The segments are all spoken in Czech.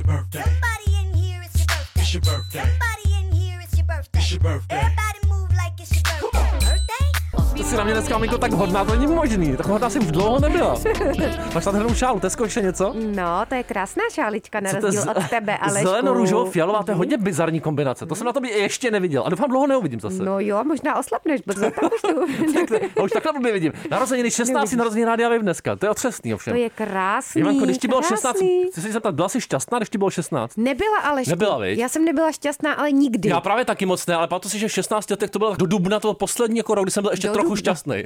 birthday. Somebody in here, it's your birthday. It's your birthday. Somebody in here, it's your birthday. It's your birthday. Everybody move like it's your birthday. Birthday? Ty jsi na mě dneska, Miko, tak hodná, to není možný. Tak hodná jsem už dlouho nebyla. Máš tam hrnou šálu, to je skutečně něco? No, to je krásná šálička, na Co to je rozdíl ze- od tebe, Mhm. ale. Zeleno-růžovo fialová, to je hodně bizarní kombinace. To jsem na tobě ještě neviděl. A doufám, dlouho neuvidím zase. No jo, možná oslabneš brzo, tak už to. A už takhle blbě vidím. Narozeniny 16. Neuvidíš. narozeniny Rádia Wave dneska. To je otřesný to ovšem. No je krásný. Ivanko, když ti bylo krásný. 16, chci se zeptat, byla jsi šťastná, když ti bylo 16? Nebyla ale šťastná. Nebyla, viď? Já jsem nebyla šťastná, ale nikdy. Já právě taky moc ne, ale pamatuju si, že v 16 letech to bylo do dubna toho poslední jako rok, kdy jsem byl ještě Do trochu dubna. šťastný.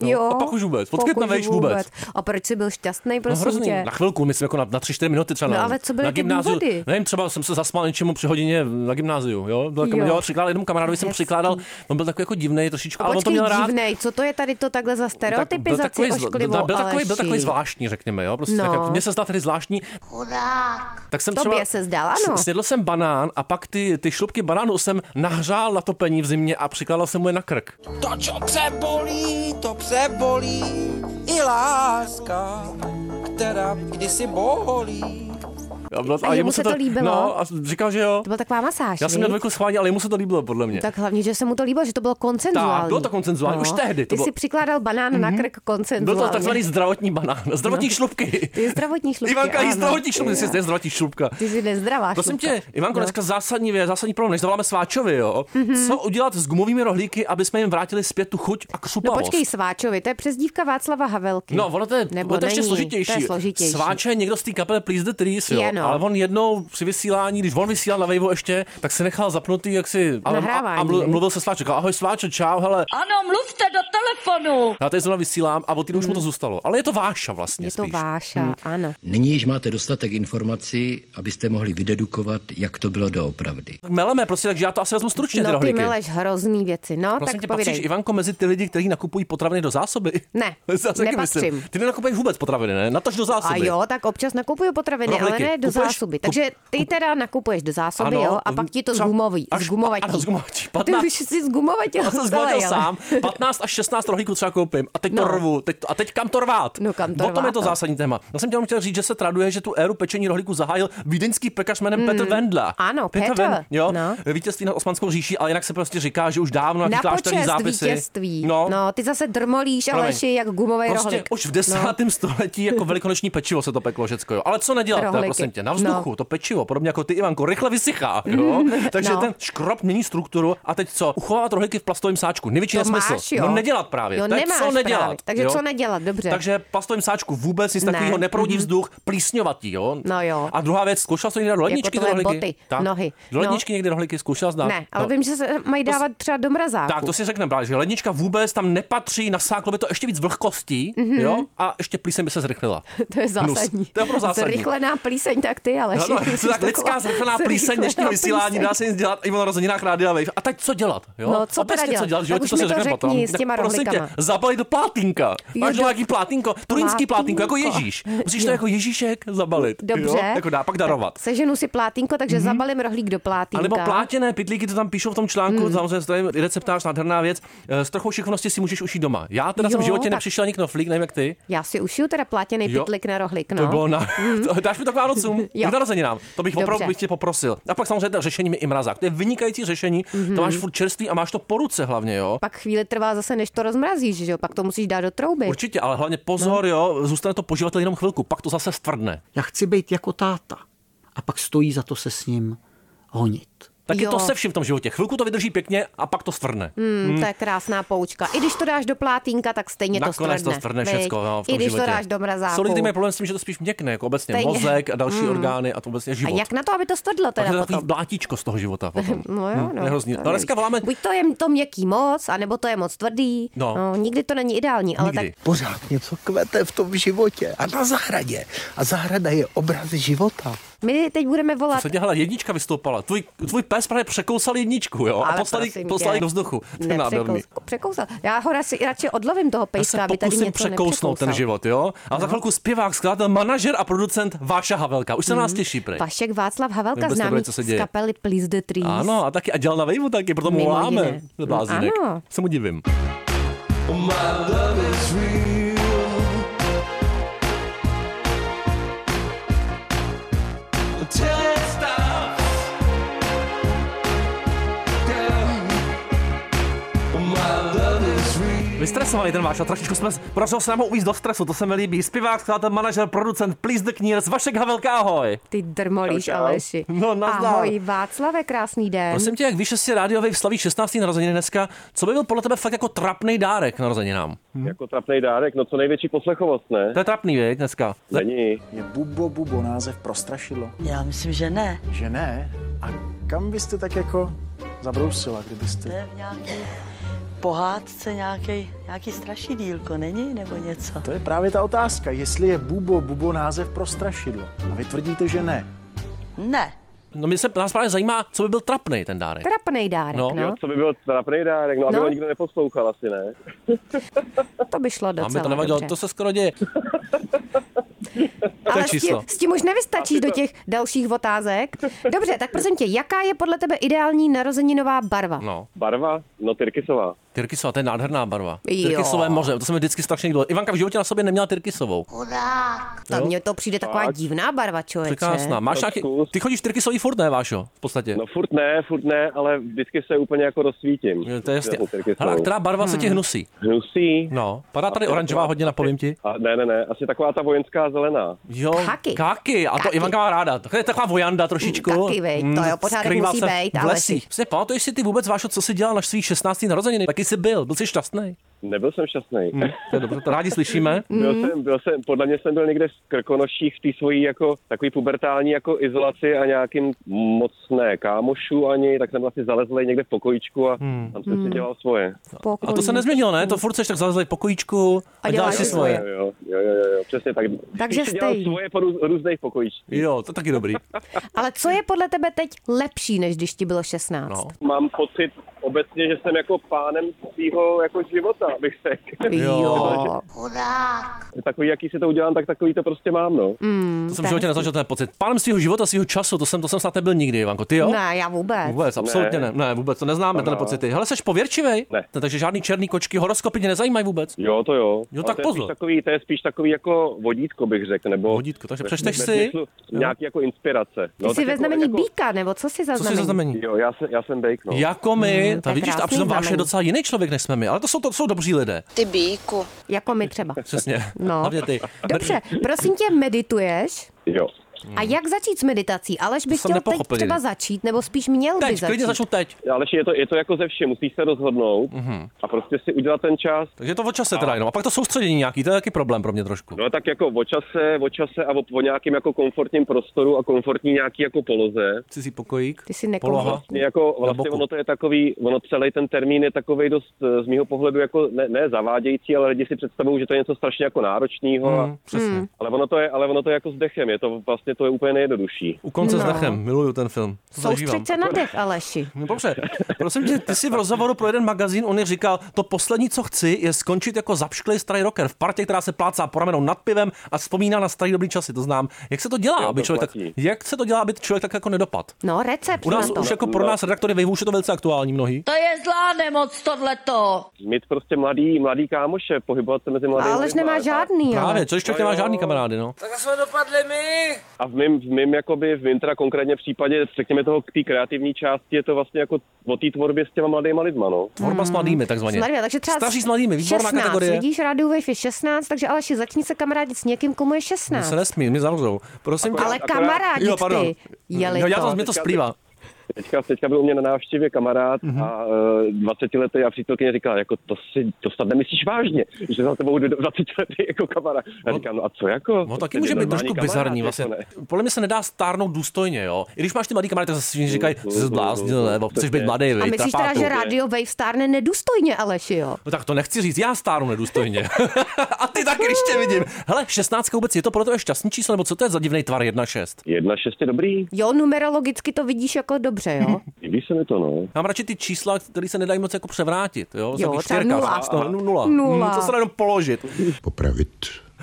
jo, no, a pak už vůbec, odkud pokud nevejš vůbec. A proč jsi byl šťastný, No prosím hrozný. tě? Na chvilku, myslím jako na, na 3-4 minuty třeba. No na, ale co byly na ty gymnáziu, důvody? Nevím, třeba jsem se zasmál něčemu při hodině na gymnáziu. Jo? Byl jako Jo. dělal přikládal, jednomu kamarádovi jsem Hezký. přikládal, on byl takový jako divný trošičku, ale on to Počkej, měl rád. divnej, co to je tady to takhle za byl stereotypizaci takový, zl- ošklivou, byl, byl, takový, byl Aleši? takový zvláštní, řekněme, jo. Prostě No. no. tak, mně se zdá tedy zvláštní. Chudák. Tak jsem Tobě třeba, se zdál, ano. s- Snědl jsem banán a pak ty, ty šlupky banánu jsem nahřál na topení v zimě a přikládal jsem mu je na krk. To, čo přebolí, to přebolí i láska, která kdysi bolí. A, bylo- A jemu se to líbilo? No, a říkal, že jo. To byla taková masáž, Já jsem měl viď? dvojku schválně, ale jemu se to líbilo, podle mě. Tak hlavně, že se mu to líbilo, že to bylo koncenzuální. Tak, bylo to konsenzuální, už tehdy to Ty bylo- Mhm. si přikládal banán na krk Byl koncenzuálně. to takzvaný zdravotní banán, zdravotní šlupky. Ty zdravotní šlupky, Ivanka, i ano. zdravotní šlupky, ty jsi nezdravotní šlupka. Ty jsi nezdravá Prosím šlupka. tě, Ivanko, No. Mhm. dneska zásadní věc, zásadní problém, než zavoláme Sváčovi, jo. Co udělat s gumovými rohlíky, aby jsme jim vrátili zpět tu chuť a No křupavost? počkej, Sváčovi, to je přezdívka Václava Havelky. No, ono to je, Nebo ono to je ještě není, složitější. To je složitější. Sváče je někdo z té kapely Please the Trees, jo. Je, no. Ale on jednou při vysílání, když on vysílal na Waveu ještě, tak se nechal zapnutý, jak si. A, a, Nahrávání, a mlu- viď? mluvil se Sváče, říkal, ahoj Sváče, čau, hele. Ano, mluvte do telefonu. Já tady zrovna vysílám a od té doby už mu to zůstalo. Ale je to váša vlastně. Mhm. Je to spíš. váša, ano. Nyní již máte dostatek informací, abyste mohli vydedukovat, jak to bylo doopravdy. Tak meleme, prostě, takže já to asi vezmu stručně ty No ty rohlíky. mileš hrozný věci. No, Prosím tě, tak povídej. patříš, Ivanko, mezi ty lidi, kteří nakupují potraviny do zásoby? Ne, Já si taky nepatřím. myslím. Ty nenakupuješ vůbec potraviny, ne? Natož do A zásoby. jo, tak občas nakupuju potraviny, ale Rohlíky. ne do Kupuješ- zásoby. kup- Takže ty teda nakupuješ do zásoby, Ano, jo, a pak ti to třeba zgumoví, až- zgumovatí. ano, zgumovatí, Ty 15. už jsi zgumovatil. Já jsem celé, zbohatil ale- sám, 15 až 16 rohlíků třeba koupím a teď No. to rvu. Teď, to- a teď kam to rvát? No, kam to O tom je rvát, to no. zásadní téma. Já jsem chtěl chtěl říct, že se traduje, že tu éru pečení rohlíků zahájil vídeňský pekař jménem Petr Vendla. Hmm. Ano, Petr, Ven- jo, no. vítězství nad osmanskou říší, ale jinak se prostě říká, že už dávno Na nějaký klášterní počest zápisy. vítězství. No, No. ty zase drmolíš, Promiň. Aleši, jak gumový Prostě rohlík. No. už v desátém století jako velikonoční pečivo se to peklo všecko, jo. Ale co nedělat, teda, Rohlíky. prosím tě, na vzduchu No. to pečivo, podobně jako ty Ivanko, rychle vysychá, jo. Takže no. ten škrob mění strukturu a teď co? Uchovávat rohlíky v plastovém sáčku. Největší To nesmysl. máš, jo. No nedělat právě. Jo, to je, nemáš co nedělat. právě. Takže jo? co nedělat, dobře. Takže v plastovém sáčku vůbec nic Ne. Mhm. takového neproudí vzduch, plísňovatý, jo. No jo. A druhá věc, zkoušela jsi to někdy dát do ledničky tvoje ty rohlíky? boty, Tak. nohy. Do No. ledničky někdy rohlíky zkoušela znát? No. Ne, ale vím, že se mají To s- dávat třeba do mrazáku. Tak, to si řekneme právě, že lednička vůbec tam nepatří, nasáklo by to ještě víc vlhkostí, mm-hmm. jo, a ještě plíseň by se zrychlila. Mhm. To je zásadní. Nus. no To je opravdu zásadní. Zrychlená plíseň, tak ty, ale No, no, to je tak lidská zrychlená plíseň dnešního vysílání, dá se nic dělat, i o narozeninách Rádia Wave. A teď co dělat? Jo? No, co a prostě teda dělat? co dělat, že Tak jo, už to mi si to řekneme řekni potom. s těma Ne, prosím tě, rohlíkama. zabalit do plátínka. Máš do- nějaký plátínko, turínský plátínko, jako Plátínko. Ježíš. Musíš to jako Ježíšek zabalit. Dobře. Jo? Jako dá, pak darovat. Tak Seženu si plátínko, takže zabalím rohlík do plátínka. Mhm. A nebo plátěné pytlíky, to tam píšou v tom Hmm. článku, samozřejmě to je receptář, nádherná věc. Eh, S trochou šikovnosti si můžeš ušít doma. Já teda jsem v Jo, životě tak- nepřišel ani knoflík, nevím jak ty. Já si ušiju teda plátěný Jo. pytlik na rohlík, To no. by bylo na... To, dáš mi to k Vánocům, Jo. k narozeninám. To bych Dobře. opravdu bych tě poprosil. A pak samozřejmě to řešení mi i mrazák. To je vynikající řešení, Mhm. to máš furt čerstvý a máš to po ruce hlavně, jo. Pak chvíli trvá zase, než to rozmrazíš, že jo? Pak to musíš dát do trouby. Určitě, ale hlavně pozor, No. jo, zůstane to poživatel jenom chvilku, pak to zase stvrdne. Já chci být jako táta. A pak stojí za to se s ním honit. Taky Jo. to se vším v tom životě. Chvilku to vydrží pěkně a pak to stvrdne. Hmm, to je krásná poučka. I když to dáš do plátínka, tak stejně to stvrdne. Nakonec to stvrdne viď? všechno. No, v tom I když životě. to dáš do mrazáku. Jsou lidi, kteří mají problém s tím, že to spíš měkne, jako obecně Stejně. Mm. mozek a další orgány a to obecně A život. jak na to, aby to stvrdlo Pak je to teda takový potom? blátíčko z toho života potom. No jo, Hm, no. to je hrozný. to No dneska nevíš. voláme... Buď to je to měkký moc, anebo to je moc tvrdý. No. nikdy to není ideální, ale Nikdy. tak Pořád něco kvete v tom životě a na zahradě. A zahrada je obraz života. my teď budeme volat Posledně, hele, jednička vystoupala. Tvůj, tvůj pes právě překousal jedničku, jo? a Ale poslali, prosím tě. poslali do vzduchu. To je nádherný. Nepřekous- Překousal. Já ho radši, radši odlovím toho Já pejska, se aby tady pokusím něco No. překousnout ten nepřekousal. život, jo? A za chvilku zpěvák, skladatel, manažer a producent Váša Havelka. Už se na nás těší, prej. Vašek Václav Havelka Vůbec známý nebude, co se z děje. kapely Please the Trees. Ano, a taky a dělal na vejvu taky, proto mu Mimo voláme. jiné. To je Blázínek. No, ano. Se mu divím. vystresovaný ten váš a trošičku jsme prošel se nám ho uvíc do stresu, to se mi líbí. Zpěvák, skladatel, manažer, producent, please the knír, Vašek Havelka, ahoj. Ty drmolíš, Čau, čau. Aleši. No, nazdar. Ahoj, Václave, krásný den. Prosím tě, jak víš, že si Radio Wave slaví 16. narozeniny dneska, co by byl podle tebe fakt jako trapný dárek narozeninám? Jako trapný dárek, no co největší poslechovost, ne? To je trapný, věď, dneska. Ne- Není. Je Bubo Bubo název pro strašidlo? Já myslím, že ne. Že ne? A kam byste tak jako zabrousila, kdybyste... Ne, v nějaký pohádce nějaký, nějaký strašidílko, není? Nebo něco? To je právě ta otázka, jestli je Bubo Bubo název pro strašidlo. A vy tvrdíte, že ne. Ne. No mě se nás právě zajímá, co by byl trapný ten dárek. Trapnej dárek, No. no. Jo, co by byl trapný dárek, no aby No. ho nikdo neposlouchal asi, ne? To by šlo A docela mi to nevadilo, dobře. to se skoro děje. To je Ale s tím, číslo. s tím už nevystačíš do těch dalších otázek. Dobře, tak prosím tě, jaká je podle tebe ideální narozeninová barva? No, Barva? No Tyrkisová. Tyrkisová, to je nádherná barva. Jo. Tyrkisové moře, to se mi vždycky strašně líbilo. Ivanka v životě na sobě neměla Tyrkisovou. To mně to přijde taková divná barva, člověče. Překrásná. Máš Tak nějaký... zkus. Ty chodíš Tyrkisový furt, ne, Vášo? V podstatě. No furt ne, furt ne, ale vždycky se úplně jako rozsvítím. Jo, To je jasně. Hele, a Hele, která barva Hmm. se ti hnusí? Hnusí. No, padá tady oranžová hodně, napovím ti. A ne, ne, ne, asi taková ta vojenská zelená. Jo, Kaky. kaky. A to Kaky. Ivanka má ráda. To je taková vojanda trošičku. Mm, Kaky, viď, to jo, pořádek skrývá musí se bejt, v ale- lesích. Prostě pamatuješ si ty vůbec, Vášo, co jsi dělal na svých 16. narozeniny? Taky jsi byl, byl jsi šťastný. Nebyl jsem šťastný. To je dobře, to rádi slyšíme. Byl jsem, byl jsem, podle mě jsem byl někde v Krkonoších v té svojí jako takový pubertální jako izolaci a nějakým moc ne kámošů ani, tak jsem vlastně zalezlej někde v pokojičku a Hmm. tam jsem si dělal svoje. A to se nezměnilo, ne? To furt seš tak zalezlej v pokojíčku a děláš děláš si si svoje. Jo, jo, jo, jo, jo, jo, přesně tak. Takže Jsem si dělal stejný. svoje po růz, různých pokojičcích. Jo, to taky dobrý. Ale co je podle tebe teď lepší, než když ti bylo 16? No. Mám pocit obecně, že jsem jako pánem svého jako života, abych řekl. Jo. Takový, jaký si to udělám, tak takový to prostě mám, no. Mm. To jsem v životě nezažil ten pocit. Pánem svého života, svého času, to jsem, to jsem snad nebyl nikdy, Ivanko. Ty jo? Ne, já vůbec. Vůbec, absolutně ne. Ne, vůbec to neznáme, ten pocity. Hele, seš pověrčivej? Ne. No, Takže žádný černý kočky, horoskopy tě nezajímají vůbec. Jo, to jo. Jo, Ale tak to je pozor. Spíš takový, to je spíš takový jako vodítko, bych řekl, nebo... Vodítko, takže ve- přečteš ve si- smyslu Nějaký jako inspirace. Ty jsi tak ve jako- znamení jako, býka, nebo co jsi za Co jsi za znamení? znamení? Jo, já, se, já jsem Bake, no. Jako my, ta Hmm, to je vidíš, a krásný přitom váš je znamení. docela jiný člověk, než jsme my, ale to jsou, to jsou dobří lidé. Jako my třeba. Přesně. No. Hlavně ty. Dobře, prosím tě, medituješ? Jo. A jak začít s meditací? Aleš by Hmm. jsem chtěl teď nepochopil. třeba začít, nebo spíš měl by Teď, začít. klidně začnu teď. Ale je to, je to jako ze všem, musíš se rozhodnout Mhm. mm-hmm. a prostě si udělat ten čas. Takže je to o čase teda jenom. A pak to soustředění nějaký, to je taky problém pro mě trošku. No tak jako o čase, o čase a o, o nějakém jako komfortním prostoru a komfortní nějaký jako poloze. Cizí pokojík. Ty jsi Poloha. nekomfortní. Mě Jako Na vlastně boku. ono to je takový, ono celý ten termín je takový dost eh, z mého pohledu jako ne, ne zavádějící, ale lidi si představují, že to je něco strašně jako náročného. a- Mm, přesně. Hmm. Ale ono to je, ale ono to je jako s dechem, je to vlastně to je úplně nejjednodušší. U konce s No. dechem, miluju ten film. To zažívám. Soustřed se na dech, Aleši. No dobře, prosím tě, ty jsi v rozhovoru pro jeden magazín, on je říkal, to poslední, co chci, je skončit jako zapšklý starý rocker v partě, která se plácá po ramenou nad pivem a vzpomíná na starý dobrý časy, to znám. Jak se to dělá, Jo, aby to člověk tak, platí. jak se to dělá, aby člověk tak jako nedopad? No, recept U nás na to. už jako pro nás redaktory vejvů, už je to velice aktuální mnohý. To je zlá nemoc tohleto. Mít prostě mladý, mladý kámoše, pohybovat se mezi mladými. Aleš No, nemá lidmi. žádný, jo. Právě, co když člověk nemá žádný kamarády, no. A v mým, v mým jakoby, v mým teda konkrétně případě, řekněme toho, k té kreativní části, je to vlastně jako o té tvorbě s těma mladýma lidma, no. Tvorba s mladými, takzvaně. Smarvě, takže třeba Staří s mladými, výborná 16, kategorie. Vidíš, Radio Wave je 16, takže Aleši, začni se kamarádit s někým, komu je To 16. No se nesmí, mě zavřou. Prosím tě. Ale Akorát- kamarádit Jo, pardon. ty, jeli jo, já to. to, mě to splývá. Teďka, teďka byl u mě na návštěvě kamarád Mhm. a uh, 20 letý a přítelkyně říkala, jako to si, to snad nemyslíš vážně, že za tebou jde 20 letý jako kamarád. Já říkám, no a co jako? No taky Teď může je být normální trošku kamarád, bizarní jako vlastně. ne. Podle mě se nedá stárnout důstojně, jo. I když máš ty mladý kamarády, tak se všichni říkají, jsi se zbláznil, nebo chceš být mladý, A vej, myslíš teda, trapáku. že Radio Wave stárne nedůstojně, Aleši, jo? No tak to nechci říct, já stárnu nedůstojně. a ty taky, když tě vidím. Hele, 16 vůbec, je to pro tebe šťastný číslo, nebo co to je za divný tvar 1,6? Jedna šest je dobrý, Jo, numerologicky to vidíš jako dobře, jo? líbí se mi to, no. Mám radši ty čísla, které se nedají moc jako převrátit. Jo, Jo, Takový třeba čtyřka, nula. z toho- no, nula. Nula. Hmm, to se dá jenom položit. Popravit.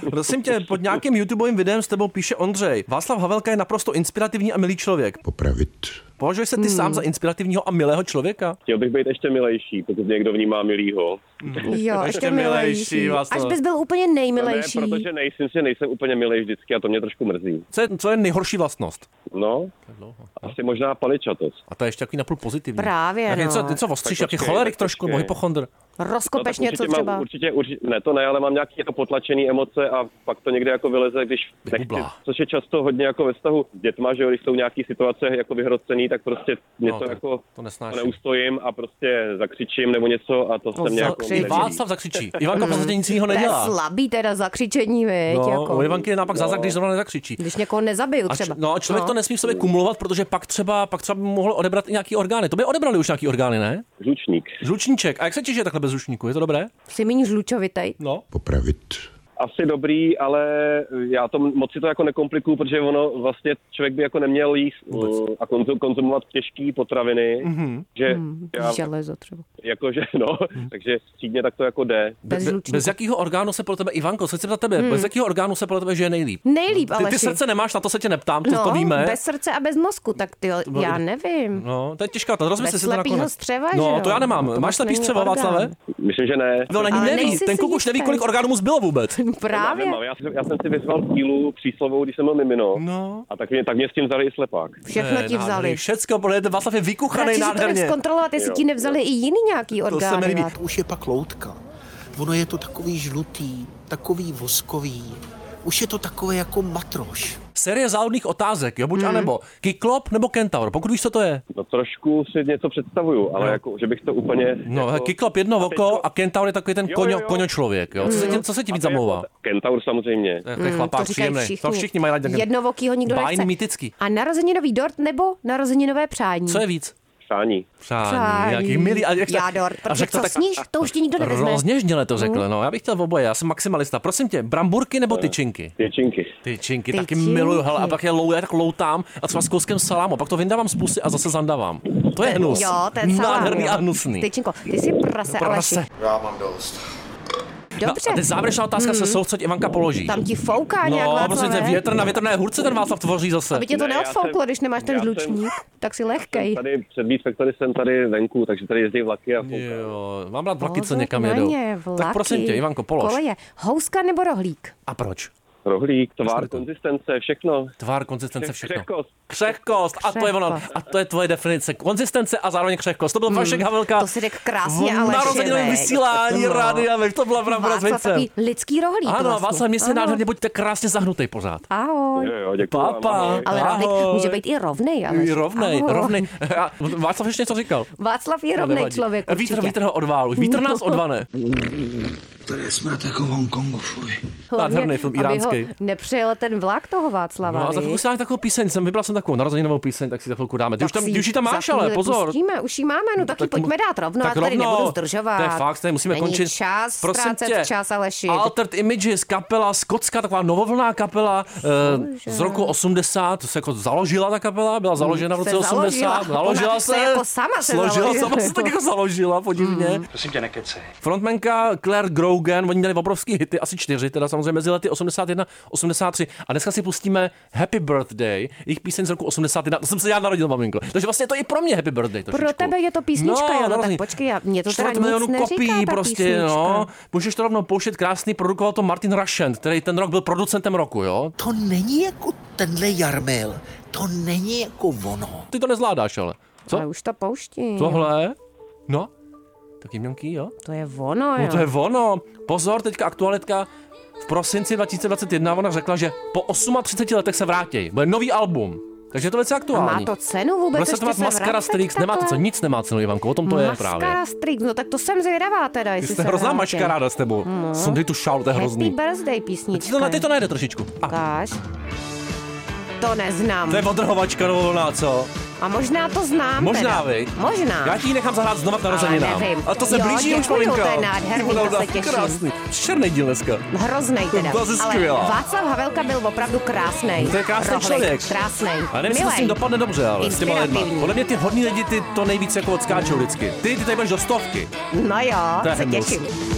Prosím tě, pod nějakým YouTubeovým videem s tebou píše Ondřej. Václav Havelka je naprosto inspirativní a milý člověk. Popravit. Považuješ se ty Hmm. sám za inspirativního a milého člověka? Chtěl bych být ještě milejší, pokud někdo vnímá milýho. Jo, Ještě ještě, milejší, milejší. Václav. Až bys byl úplně nejmilejší. vlastně. Ne, protože nejsem si nejsem úplně milej vždycky a to mě trošku mrzí. Co je, co je nejhorší vlastnost? No, asi možná paličatost. A to je ještě takový napůl pozitivní. Právě, tak no. něco, něco ostříš, Tak jaký počkej, cholerik tak trošku, počkej. nebo hypochondr. Rozkopeš No, tak něco určitě třeba. Mám, určitě, určitě, ne, to ne, ale mám nějaké jako potlačené emoce a pak to někde jako vyleze, když nechci, Vybublá. což je často hodně jako ve vztahu s dětma, že jo, když jsou nějaké situace jako vyhrocený, tak prostě něco No, to- jako to nesnáším. neustojím a prostě zakřičím nebo něco a to no, jsem nějak Zakřičí. Václav zakřičí. Ivanka prostě nic jiného Hmm. To je nedělá. slabý teda zakřičení, viď? No, jako. u Ivanky je naopak zázrak, když zrovna nezakřičí. Když někoho nezabiju A č- třeba. no a člověk to nesmí v sobě kumulovat, protože pak třeba, pak třeba by mohl odebrat i nějaký orgány. To by odebrali už nějaký orgány, ne? žlučník. Žlučníček. A jak se ti žije takhle bez žlučníku? Je to dobré? Jsi méně žlučovitej. No. Asi dobrý, ale já to moc si to jako nekomplikuju, protože ono vlastně člověk by jako neměl jíst uh, a konzum, konzumovat těžké potraviny, mm-hmm. že Mhm. mm, já, Železo třeba. jakože no, takže střídně tak to jako jde. Bez žlučníku. Hmm. Bez jakého orgánu se pro tebe, Ivanko, se chci ptat tebe, bez jakého orgánu se pro tebe žije nejlíp? Nejlíp, Ty, ale ty srdce nemáš, na to se tě neptám, to, to víme. Hmm, No, bez srdce a bez mozku, tak ty, bylo- já nevím. No, to je těžká, to rozmysli Bez si to slepýho nakonec. střeva, že no, jo? to já nemám. Máš To moc slepý není střeva, orgán. Václave? Myslím, že ne. No, ani Ale neví. nejsi Ten si kluk už jistý. neví, kolik orgánů mu zbylo vůbec. Právě. Nevím, ale já, jsem- já jsem si vyzval pílu příslovou, když jsem byl mimino. No. A tak mě, tak mě s tím vzali i slepák. Všechno Ne, No, ti vzali. nádherný, Všecko, protože ten Václav je vykuchaný Radši si to nádherně. jdem zkontrolovat, jestli ti nevzali i jiný nějaký se mi orgán. líbí. To už je pak loutka. Ono je to takový žlutý, takový voskový. Už je to takové jako matroš. Série záhodných otázek, jo, buď Hmm. anebo. Kyklop nebo kentaur, pokud víš, co to je. No trošku si něco představuju, ale No. jako, že bych to úplně... No, jako, kyklop jedno oko a kentaur je takový ten jo, koňo, jo. koňočlověk, jo. Co se, tě, co se ti víc to je jako zamlouvá? Kentaur samozřejmě. To je takový Mhm, To chlapák říkají příjemný. všichni. To všichni mají rádi. Jednovokýho nikdo Bájný nechce. mýtický. A narozeninový dort nebo narozeninové přání? Co je víc? Sání. Přání, Přání. nějaký milý. A jak Já dort, a protože řekl co tak... sníš, to už ti nikdo nevezme. Mhm. Rozněžděle to řekl, no. Já bych chtěl oboje, já jsem maximalista. Prosím tě, bramburky nebo tyčinky? Pěčinky. Tyčinky, Tyčinky. taky miluju, hele, a pak je lou, já tak loutám a třeba s kouskem salámu, pak to vyndávám z pusy a zase zandavám. To je hnus. Jo, ten salám. Nádherný jo. a hnusný. Tyčinko, ty jsi prase, Prase. Aleši. Dobře. Mhm. No, a teď závěrečná otázka se jsou, co ti Ivanka položí. Tam ti fouká nějak, No, Václave. prostě ten větr na větrné hůrce ten Václav tvoří zase. Aby tě to Ne, já neodfouklo, jsem- když nemáš ten já jsem- žlučník, tak si lehkej. Jsem tady před Beatfactory jsem tady venku, takže tady jezdí vlaky a fouká. Jo, mám rád vlaky, co Pozor někam na jedou. ně, No, vlaky, Tak prosím tě, Ivanko, polož. Koleje. Houska nebo rohlík? A proč? Rohlík, Jasně tvár, to. konzistence, všechno. Tvár, konzistence, Křeh- všechno. křehkost. Křehkost. A to je ono. Křehkost. Hmm. A to je tvoje definice. Konzistence a zároveň křehkost. To byl Vašek Havelka. to si řekl krásně, v ale narozeninovém šivek. vysílání No. rády a to byla pravda s Václav, Vincem. takový lidský rohlík Ano, vlastně. Václav, mě se Ano. nádherně buďte krásně zahnutý pořád. Ahoj. Jo, jo, děkuji. Papa. Ale Ahoj. rohlík může být i rovnej, ale... J, Rovnej, rovnej. A Václav ještě něco říkal. Václav je To rovnej nevadí. člověk určitě. No. Vítr, vítr ho odvál. Už Vítr nás odvane. Tady jsme tak v Hongkongu, fuj. Hlavně, Nádherný film, aby iránský. ho nepřejel ten vlak toho Václava. No a za viď? chvilku si dáme takovou píseň, jsem vybral jsem takovou narozeninovou píseň, tak si za chvilku dáme. Ty Tak už, tam, si ty už ji tam za máš, ale chvíli pozor. Pustíme, už ji máme, no tak, ji Tak mu- pojďme dát rovno, tak tak tady rovno. nebudu zdržovat. To je fakt, tady musíme Není končit. čas Prosím ztrácet tě. čas, Aleši. Altered Images, kapela skotská, taková novovlná kapela eh, z roku 80, to se jako založila ta kapela, byla založena v roce Se 80, založila. založila Ona se, se jako sama se složila, založila. Hmm. sama se tak jako založila, podivně. Prosím tě, nekecej. Frontmanka Claire Grogan, oni dali obrovský hity, asi čtyři, teda samozřejmě mezi lety 81, 83. A dneska si pustíme Happy Birthday, jejich píseň z roku 81. To jsem se já narodil, maminko. Takže vlastně je to i pro mě Happy Birthday. Trošičku. Pro tebe je to písnička, jo, no tak narozenin- počkej, já- mě to vlastně teda Čtvrt nic milionu neříká, kopií ta prostě, písnička. no. Můžeš to rovnou pouštět krásný, produkoval to Martin Rushent, který ten rok byl producentem roku, jo. To není jako tenhle jarmil. To není jako ono. Ty to nezvládáš, ale. Co? Ale už to pouští. Tohle? No. Taky mňonky, jo. To je ono, jo. No to je ono. Pozor, teďka aktualitka. V prosinci 2021 ona řekla, že po 38 letech se vrátí. Bude nový album. Takže je to velice A aktuální. má to cenu vůbec? Bude se to ještě jmenovat Maskara vracet Strix, nemá to co, takhle? nic nemá cenu, Ivanko, o tom to je právě. Maskara Strix, no tak to jsem zvědavá teda, Ty jestli jste se hrozná vrátí. No. mačka ráda s tebou. Sundy tu šál, to je Happy hrozný. birthday písnička. Ty to, ty to najde trošičku. A, Ukáž. To neznám. to je odrhovačka novolná, co? A možná to znám Možná, teda. viď? Možná. Já ti ji nechám zahrát znova k narozeninám. nevím. A to se Jo, blíží už děkuju, malinko. to je nádherný, Ty to se voda, těším. Krásný. Černý díl dneska. Hroznej To teda. byla Ale skvělá. Václav Havelka byl opravdu krásný. To je krásný Rohlík, člověk. Krásný. A nevím, jestli to s ním dopadne dobře, ale s těma lidma. Inspirativní. Podle mě ty hodní lidi ty to nejvíc jako odskáčou vždycky. Ty, ty tady budeš do stovky. No To jo, je se hnus. těším.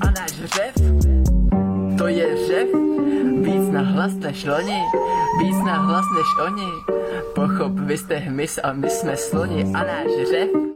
A náš řev, to je řev, víc na hlas než loni, víc na hlas než oni. Pochop, vy jste hmyz a my jsme sloni a náš řev,